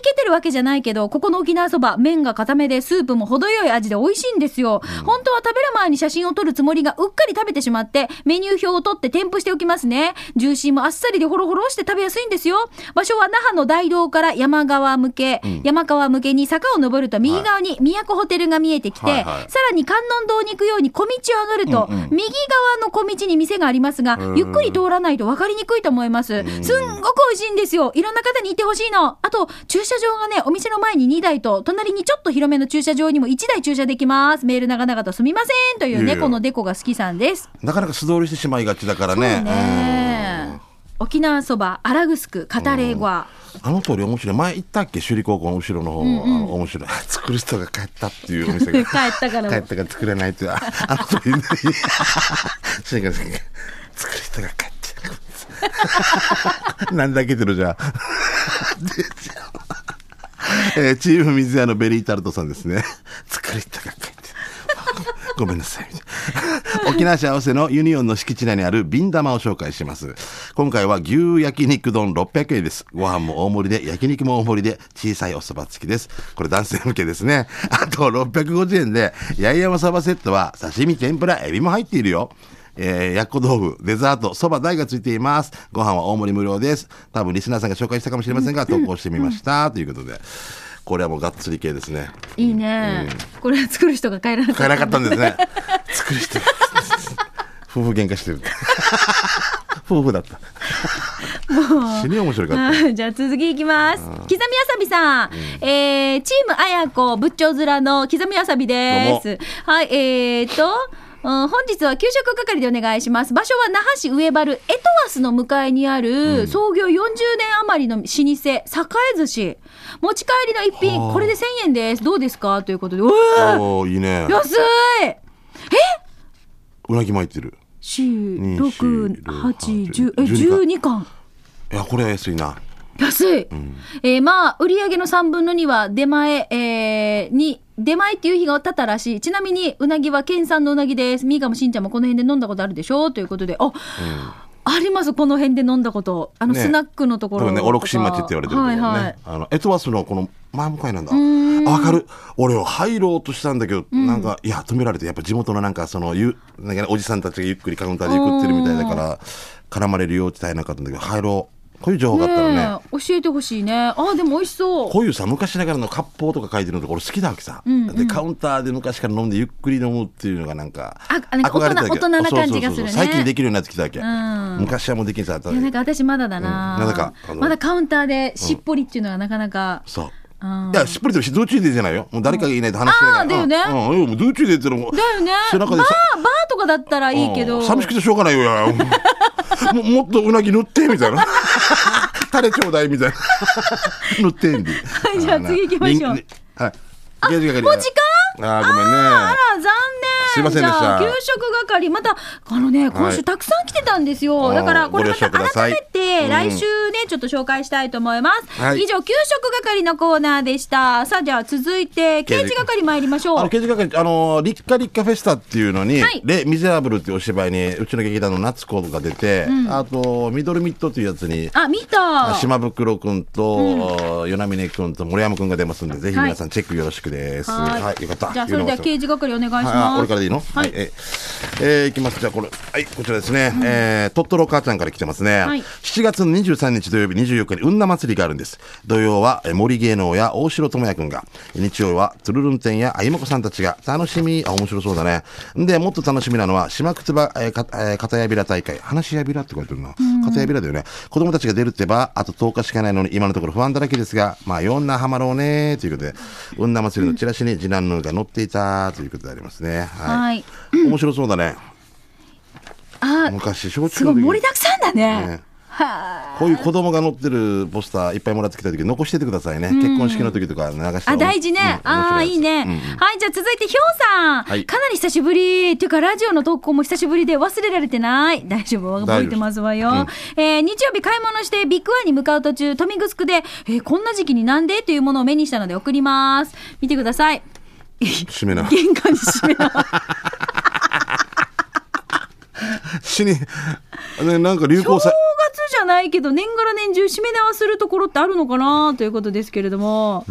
Speaker 1: けてるわけじゃないけど、ここの沖縄そば、麺が固めで、スープも程よい味で美味しいんですよ。本当は食べる前に写真を撮るつもりが、うっかり食べてしまって、メニュー表を取って添付しておきますね。ジューシーもあっさりでホロホロして食べやすいんですよ。場所は那覇の大道から山川向け、山川向けに坂を登ると右側に都ホテルが見えてきて、
Speaker 2: はいはい
Speaker 1: さらに観音堂に行くように小道を上がると、右側の小道に店がありますが、ゆっくり通らないと分かりにくいと思います。すんごく美味しいんですよ。いろんな方に行ってほしいの。あと、駐車場がね、お店の前に2台と、隣にちょっと広めの駐車場にも1台駐車できます。メール長々とすみません。という
Speaker 2: いやい
Speaker 1: ね、
Speaker 2: や
Speaker 1: このデコが好きさんです。
Speaker 2: なかなか素通りしてしまいがちだから
Speaker 1: そう
Speaker 2: ね。
Speaker 1: ね。沖縄そば、アラグスク、カタレーゴア。
Speaker 2: うんあの通り面白い。前行ったっけ首里高校の後ろの方、あの面白い。 作る人が帰ったっていうお店
Speaker 1: 帰
Speaker 2: が。
Speaker 1: ったからも
Speaker 2: 帰ったから作れないっていう。 ああの通り、ね、 しんがさんが作る人が帰っちゃう。なんだけてるじ ゃん。えーチーム水屋のベリータルトさんですね。作りたかった。 ごめんなさい。みたいな沖縄市合わせのユニオンの敷地内にある瓶玉を紹介します。今回は牛焼肉丼600円です。ご飯も大盛りで、焼肉も大盛りで、小さいお蕎麦付きです。これ男性向けですね。あと650円で、八重山蕎麦セットは刺身、天ぷら、エビも入っているよ。えー、やっこ豆腐、デザート、そば大がついています。ご飯は大盛り無料です。多分リスナーさんが紹介したかもしれませんが、投稿してみました。ということで、これはもうがっつり系ですね。
Speaker 1: いいね。これは作る人が帰らな
Speaker 2: 買
Speaker 1: か
Speaker 2: え
Speaker 1: っ
Speaker 2: なかったんです ね。作る人。夫婦喧嘩してる。夫婦だった。死に面白かった。
Speaker 1: た。じゃあ続きいきます。刻みあさびさん、えー、チームあやこ仏頂面の刻みあさびです。はい、えーと、うん本日は給食係でお願いします。場所は那覇市上原エトワスの向かいにある創業40年余りの老舗、栄寿司。持ち帰りの一
Speaker 2: は
Speaker 1: 品、
Speaker 2: あ
Speaker 1: これで1000円です。どうですかということで、うわー
Speaker 2: おーいいね。
Speaker 1: 安いう
Speaker 2: なぎ巻いてる。
Speaker 1: 四六八十
Speaker 2: 12
Speaker 1: え十
Speaker 2: 12
Speaker 1: 二巻
Speaker 2: いや、これは安いな。
Speaker 1: 安い、えーまあ売り上げの3分の2は出前、えーに出前っていう日が経ったらしいちなみにうなぎは県産のうなぎですみーかもしんちゃんもこの辺で飲んだことあるでしょということであ、あります、この辺で飲んだこと。あの、
Speaker 2: ね
Speaker 1: スナックのとこ
Speaker 2: 多
Speaker 1: ろと
Speaker 2: 分
Speaker 1: か。
Speaker 2: ね、オロクシン町って言われてるんだよね。
Speaker 1: はいはい。
Speaker 2: あの、エトワスのこの前向かいなんだ。
Speaker 1: ん
Speaker 2: あわかる。俺を入ろうとしたんだけど、なんか、いや、止められて、やっぱ地元のなんか、その、ゆ、なんかねおじさんたちがゆっくりカウンターで食ってるみたいだから、絡まれるよって大変なかったんだけど、入ろう。こういう情報があったらね。
Speaker 1: ねえ教えてほしいね。ああ、でも美味しそう。
Speaker 2: こういうさ昔ながらの割烹とか書いてるのとか俺好きだわけさ、
Speaker 1: んうん
Speaker 2: でカウンターで昔から飲んでゆっくり飲むっていうのがなんか
Speaker 1: あなんか大人
Speaker 2: わけ
Speaker 1: 大人な感じがするね
Speaker 2: 最近できるようになってきたわけ、
Speaker 1: うん
Speaker 2: 昔はもうできんさ
Speaker 1: いや、なんか私まだだな。
Speaker 2: うんなんだかあの
Speaker 1: まだカウンターでしっぽりっていうのはなかなか。
Speaker 2: そう
Speaker 1: うん
Speaker 2: いやしっぽりでもし道中でじゃないよもう誰かがいないと話してないか
Speaker 1: う
Speaker 2: ら、
Speaker 1: んあーだ
Speaker 2: うんうん、うん道中でってのも
Speaker 1: だよね。
Speaker 2: 背
Speaker 1: バー、バ
Speaker 2: 中でさ
Speaker 1: ーとかだったらいいけ
Speaker 2: う
Speaker 1: ど。
Speaker 2: ん寂しくてしょうがないよいや ももっとうなぎ塗ってみたいな タレちょうだいみたいな 塗ってんではい
Speaker 1: じゃあ次行きましょう
Speaker 2: はいあもう時
Speaker 1: もう時
Speaker 2: 間あーごめんね
Speaker 1: あら、残念。
Speaker 2: すいませんでした
Speaker 1: じゃあ給食係、また、あのね、今週たくさん来てたんですよ。
Speaker 2: はい
Speaker 1: だから、
Speaker 2: うん
Speaker 1: これまた
Speaker 2: ご了承くださ
Speaker 1: 改
Speaker 2: い
Speaker 1: めて、
Speaker 2: うん
Speaker 1: 来週ね、ちょっと紹介したいと思います。
Speaker 2: はい
Speaker 1: 以上、給食係のコーナーでした。さあ、じゃあ、続いて、刑事係参りましょ
Speaker 2: あ
Speaker 1: う
Speaker 2: の。刑事係、あのー、立夏立夏フェスタっていうのに、
Speaker 1: はい
Speaker 2: レ・ミゼラブルっていうお芝居に、うちの劇団の夏子が出て、あと、ミドルミッドっていうやつに、
Speaker 1: あ、見た。
Speaker 2: 島袋くんと、与那嶺くんと森山くんが出ますんで、ぜひ皆さんチェックよろしくです。はい、よかった。
Speaker 1: じゃあ、それでは刑事係お願いし
Speaker 2: はい、あ
Speaker 1: ま
Speaker 2: 俺
Speaker 1: す
Speaker 2: か。らでいいのはい。えーえーいきます。じゃあ、これ。はい、こちらですね。えー、鳥取お母ちゃんから来てますね。
Speaker 1: はい
Speaker 2: 7月の23日土曜日24日にうんな祭りがあるんです。土曜は、えー森芸能や大城智也くんが、日曜は、トゥルルン店やあゆまこさんたちが、楽しみ、あ、面白そうだね。で、もっと楽しみなのは、島くつば、えーかえー、片やびら大会、話しやびらって書いてるな。片やびらだよね。子供たちが出るってば、あと10日しかないのに、今のところ不安だらけですが、まあ、よんなはまろうね、ということで、うんな祭りのチラシに次男のが載っていた、ということでありますね。は
Speaker 1: はいい。
Speaker 2: 面白そうだね。
Speaker 1: あ、
Speaker 2: 昔、小
Speaker 1: すご
Speaker 2: 中の
Speaker 1: い
Speaker 2: 時
Speaker 1: 盛りだくさんだね
Speaker 2: ね。
Speaker 1: はあ。
Speaker 2: こういう子供が乗ってるポスターいっぱいもらってきた時残しててくださいね。結婚式の時とか流して。
Speaker 1: あ、大事ね。
Speaker 2: うん面
Speaker 1: ああ、
Speaker 2: 白
Speaker 1: いいね。
Speaker 2: うん
Speaker 1: はい、じゃあ続いて、ひょうさん。
Speaker 2: はい
Speaker 1: かなり久しぶり。っていうか、ラジオの投稿も久しぶりで忘れられてない。大丈夫、覚えてますわよ。えー日曜日買い物して、ビッグワンに向かう途中、富城で、えーこんな時期になんでというものを目にしたので送ります。見てください。
Speaker 2: 締めな。
Speaker 1: 玄関に閉 めな。
Speaker 2: 死に、ね、なんか流行
Speaker 1: 正
Speaker 2: さ
Speaker 1: 月、じゃないけど、年がら年中締め縄するところってあるのかなということですけれども。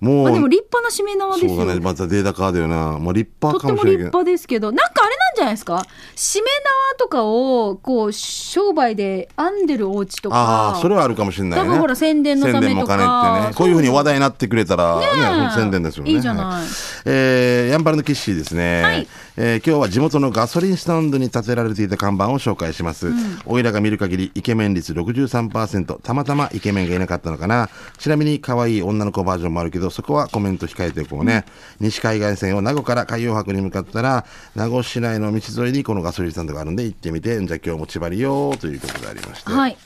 Speaker 2: も
Speaker 1: あ、
Speaker 2: う、
Speaker 1: でも立派な締め縄です
Speaker 2: そ
Speaker 1: よ
Speaker 2: うだね。またデータカーだよな。まあ立
Speaker 1: と
Speaker 2: 派
Speaker 1: って
Speaker 2: かも
Speaker 1: も
Speaker 2: し
Speaker 1: 立
Speaker 2: れないけど。
Speaker 1: 派ですけど、なんかあれなんじゃないですかしめ縄とかを、こう、商売で編んでるお家とか。
Speaker 2: ああ、それはあるかもしれないね。
Speaker 1: 多分ほら宣伝のためとか
Speaker 2: 宣伝も兼ねてね。こういうふうに話題になってくれたら、
Speaker 1: え
Speaker 2: ね宣伝ですよね。
Speaker 1: いいじゃない
Speaker 2: はえー、やんばるのキッシーですね。
Speaker 1: はい
Speaker 2: えー今日は地元のガソリンスタンドに建てられていた看板を紹介します。おいらが見る限り、イケメン率63%、たまたまイケメンがいなかったのかな。ちなみに可愛い女の子バージョンもあるけど、そこはコメント控えておこうね。西海岸線を名護から海洋博に向かったら、名護市内の道沿いにこのガソリンスタンドがあるんで行ってみて、じゃあ今日も千葉りよということでありまして。
Speaker 1: はい。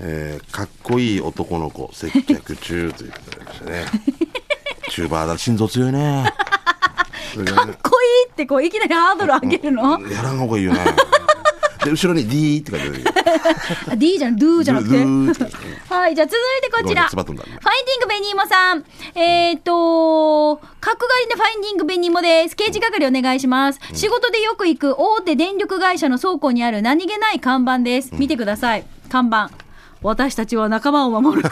Speaker 2: えーかっこいい男の子接客中ということでし たね。チューバーだ、心臓強いね。それからね
Speaker 1: こいいって、こう、いきなりハードル上げるの
Speaker 2: やらんほうがいい よね。で、後ろに D って書いてある。
Speaker 1: あ ?D じゃん、Do じゃなくて。
Speaker 2: ルルーって
Speaker 1: はい、じゃあ続いてこちら。
Speaker 2: ごめんねつば飛んだ
Speaker 1: ファインディングベニーモさん。えっ、と、角刈りでファインディングベニーモです。刑事係お願いします。仕事でよく行く大手電力会社の倉庫にある何気ない看板です。見てください。看板。私たちは仲間を守る。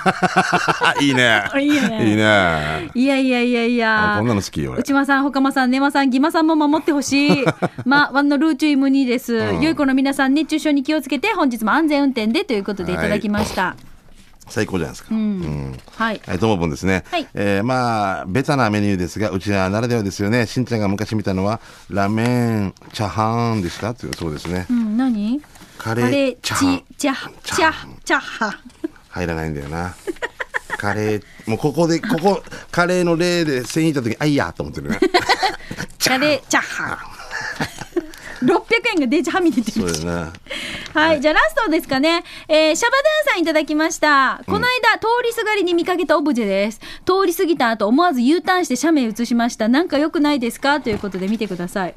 Speaker 2: いいね。
Speaker 1: いいね
Speaker 2: いいね。
Speaker 1: いやいやいやいや。
Speaker 2: あこんなの好きよ俺
Speaker 1: 内間さん、ほかまさん、ねまさん、ぎまさんも守ってほしい。ま、ワンのルーチュイムニーです。良い子の皆さん、熱中症に気をつけて、本日も安全運転でということでいただきました。
Speaker 2: 最高じゃないですか。うん
Speaker 1: はい。
Speaker 2: はい、ともぶんですね。
Speaker 1: はい
Speaker 2: えーまあ、ベタなメニューですが、うちはならではですよね。しんちゃんが昔見たのは、ラーメン、チャーハンでしたっていうそうですね
Speaker 1: う。ん、何
Speaker 2: カ
Speaker 1: カレ
Speaker 2: レー
Speaker 1: ー、
Speaker 2: チャーハン
Speaker 1: チ、。チャ、チャ、チャハ。
Speaker 2: 入らないんだよな。カレー、もうここで、ここ、カレーの例で線引いた時、あいやと思ってるね。
Speaker 1: カレー、チャハ。600円が デジハミ出て
Speaker 2: そう
Speaker 1: る
Speaker 2: だ。よな。
Speaker 1: はい、じゃあラストですかね。えーシャバドゥンさんいただきました。この間、通りすがりに見かけたオブジェです。通り過ぎた後、思わず U ターンして写メ写しました。なんか良くないですかということで見てくだ さい。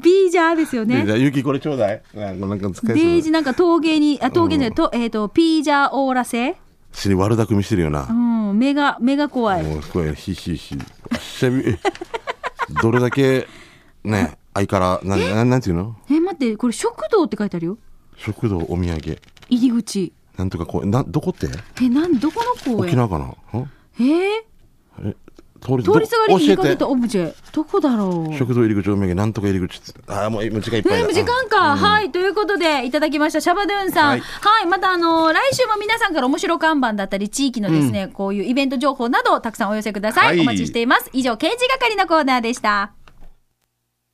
Speaker 1: ビージャーですよね。
Speaker 2: でゆきこれちょうだい。なんかなんか使
Speaker 1: デ
Speaker 2: いそう
Speaker 1: ージなんか陶芸に、あ、陶芸じゃない、と、えっ、と、ピージャーオーラ製
Speaker 2: 死に悪巧みしてるよ
Speaker 1: う
Speaker 2: な。
Speaker 1: ん、目が、目が怖い。
Speaker 2: もう、これ、ひひひ。しゃび、 どれだけ、ね、相変わら、なん、なんなんていうの
Speaker 1: え待ってこれ食堂って書いてあるよ
Speaker 2: 食堂お土産。
Speaker 1: 入り口
Speaker 2: なんとか公園、な、どこって
Speaker 1: えなんどこの公
Speaker 2: 沖
Speaker 1: 園
Speaker 2: 縄かなうん
Speaker 1: えー、
Speaker 2: 通り
Speaker 1: 通りすがりに見
Speaker 2: ど
Speaker 1: かけた
Speaker 2: 教
Speaker 1: オブジェどこだろ
Speaker 2: えて
Speaker 1: う
Speaker 2: 食堂入り口お土産なんとか入り口っつってああもうもう時間いっぱ
Speaker 1: ね
Speaker 2: いだ、
Speaker 1: 時間か、はいということでいただきましたシャバドゥーンさんは、
Speaker 2: はいい
Speaker 1: またあのー来週も皆さんから面白看板だったり地域のですね、こういうイベント情報などたくさんお寄せください、
Speaker 2: はい
Speaker 1: お待ちしています以上刑事係のコーナーでした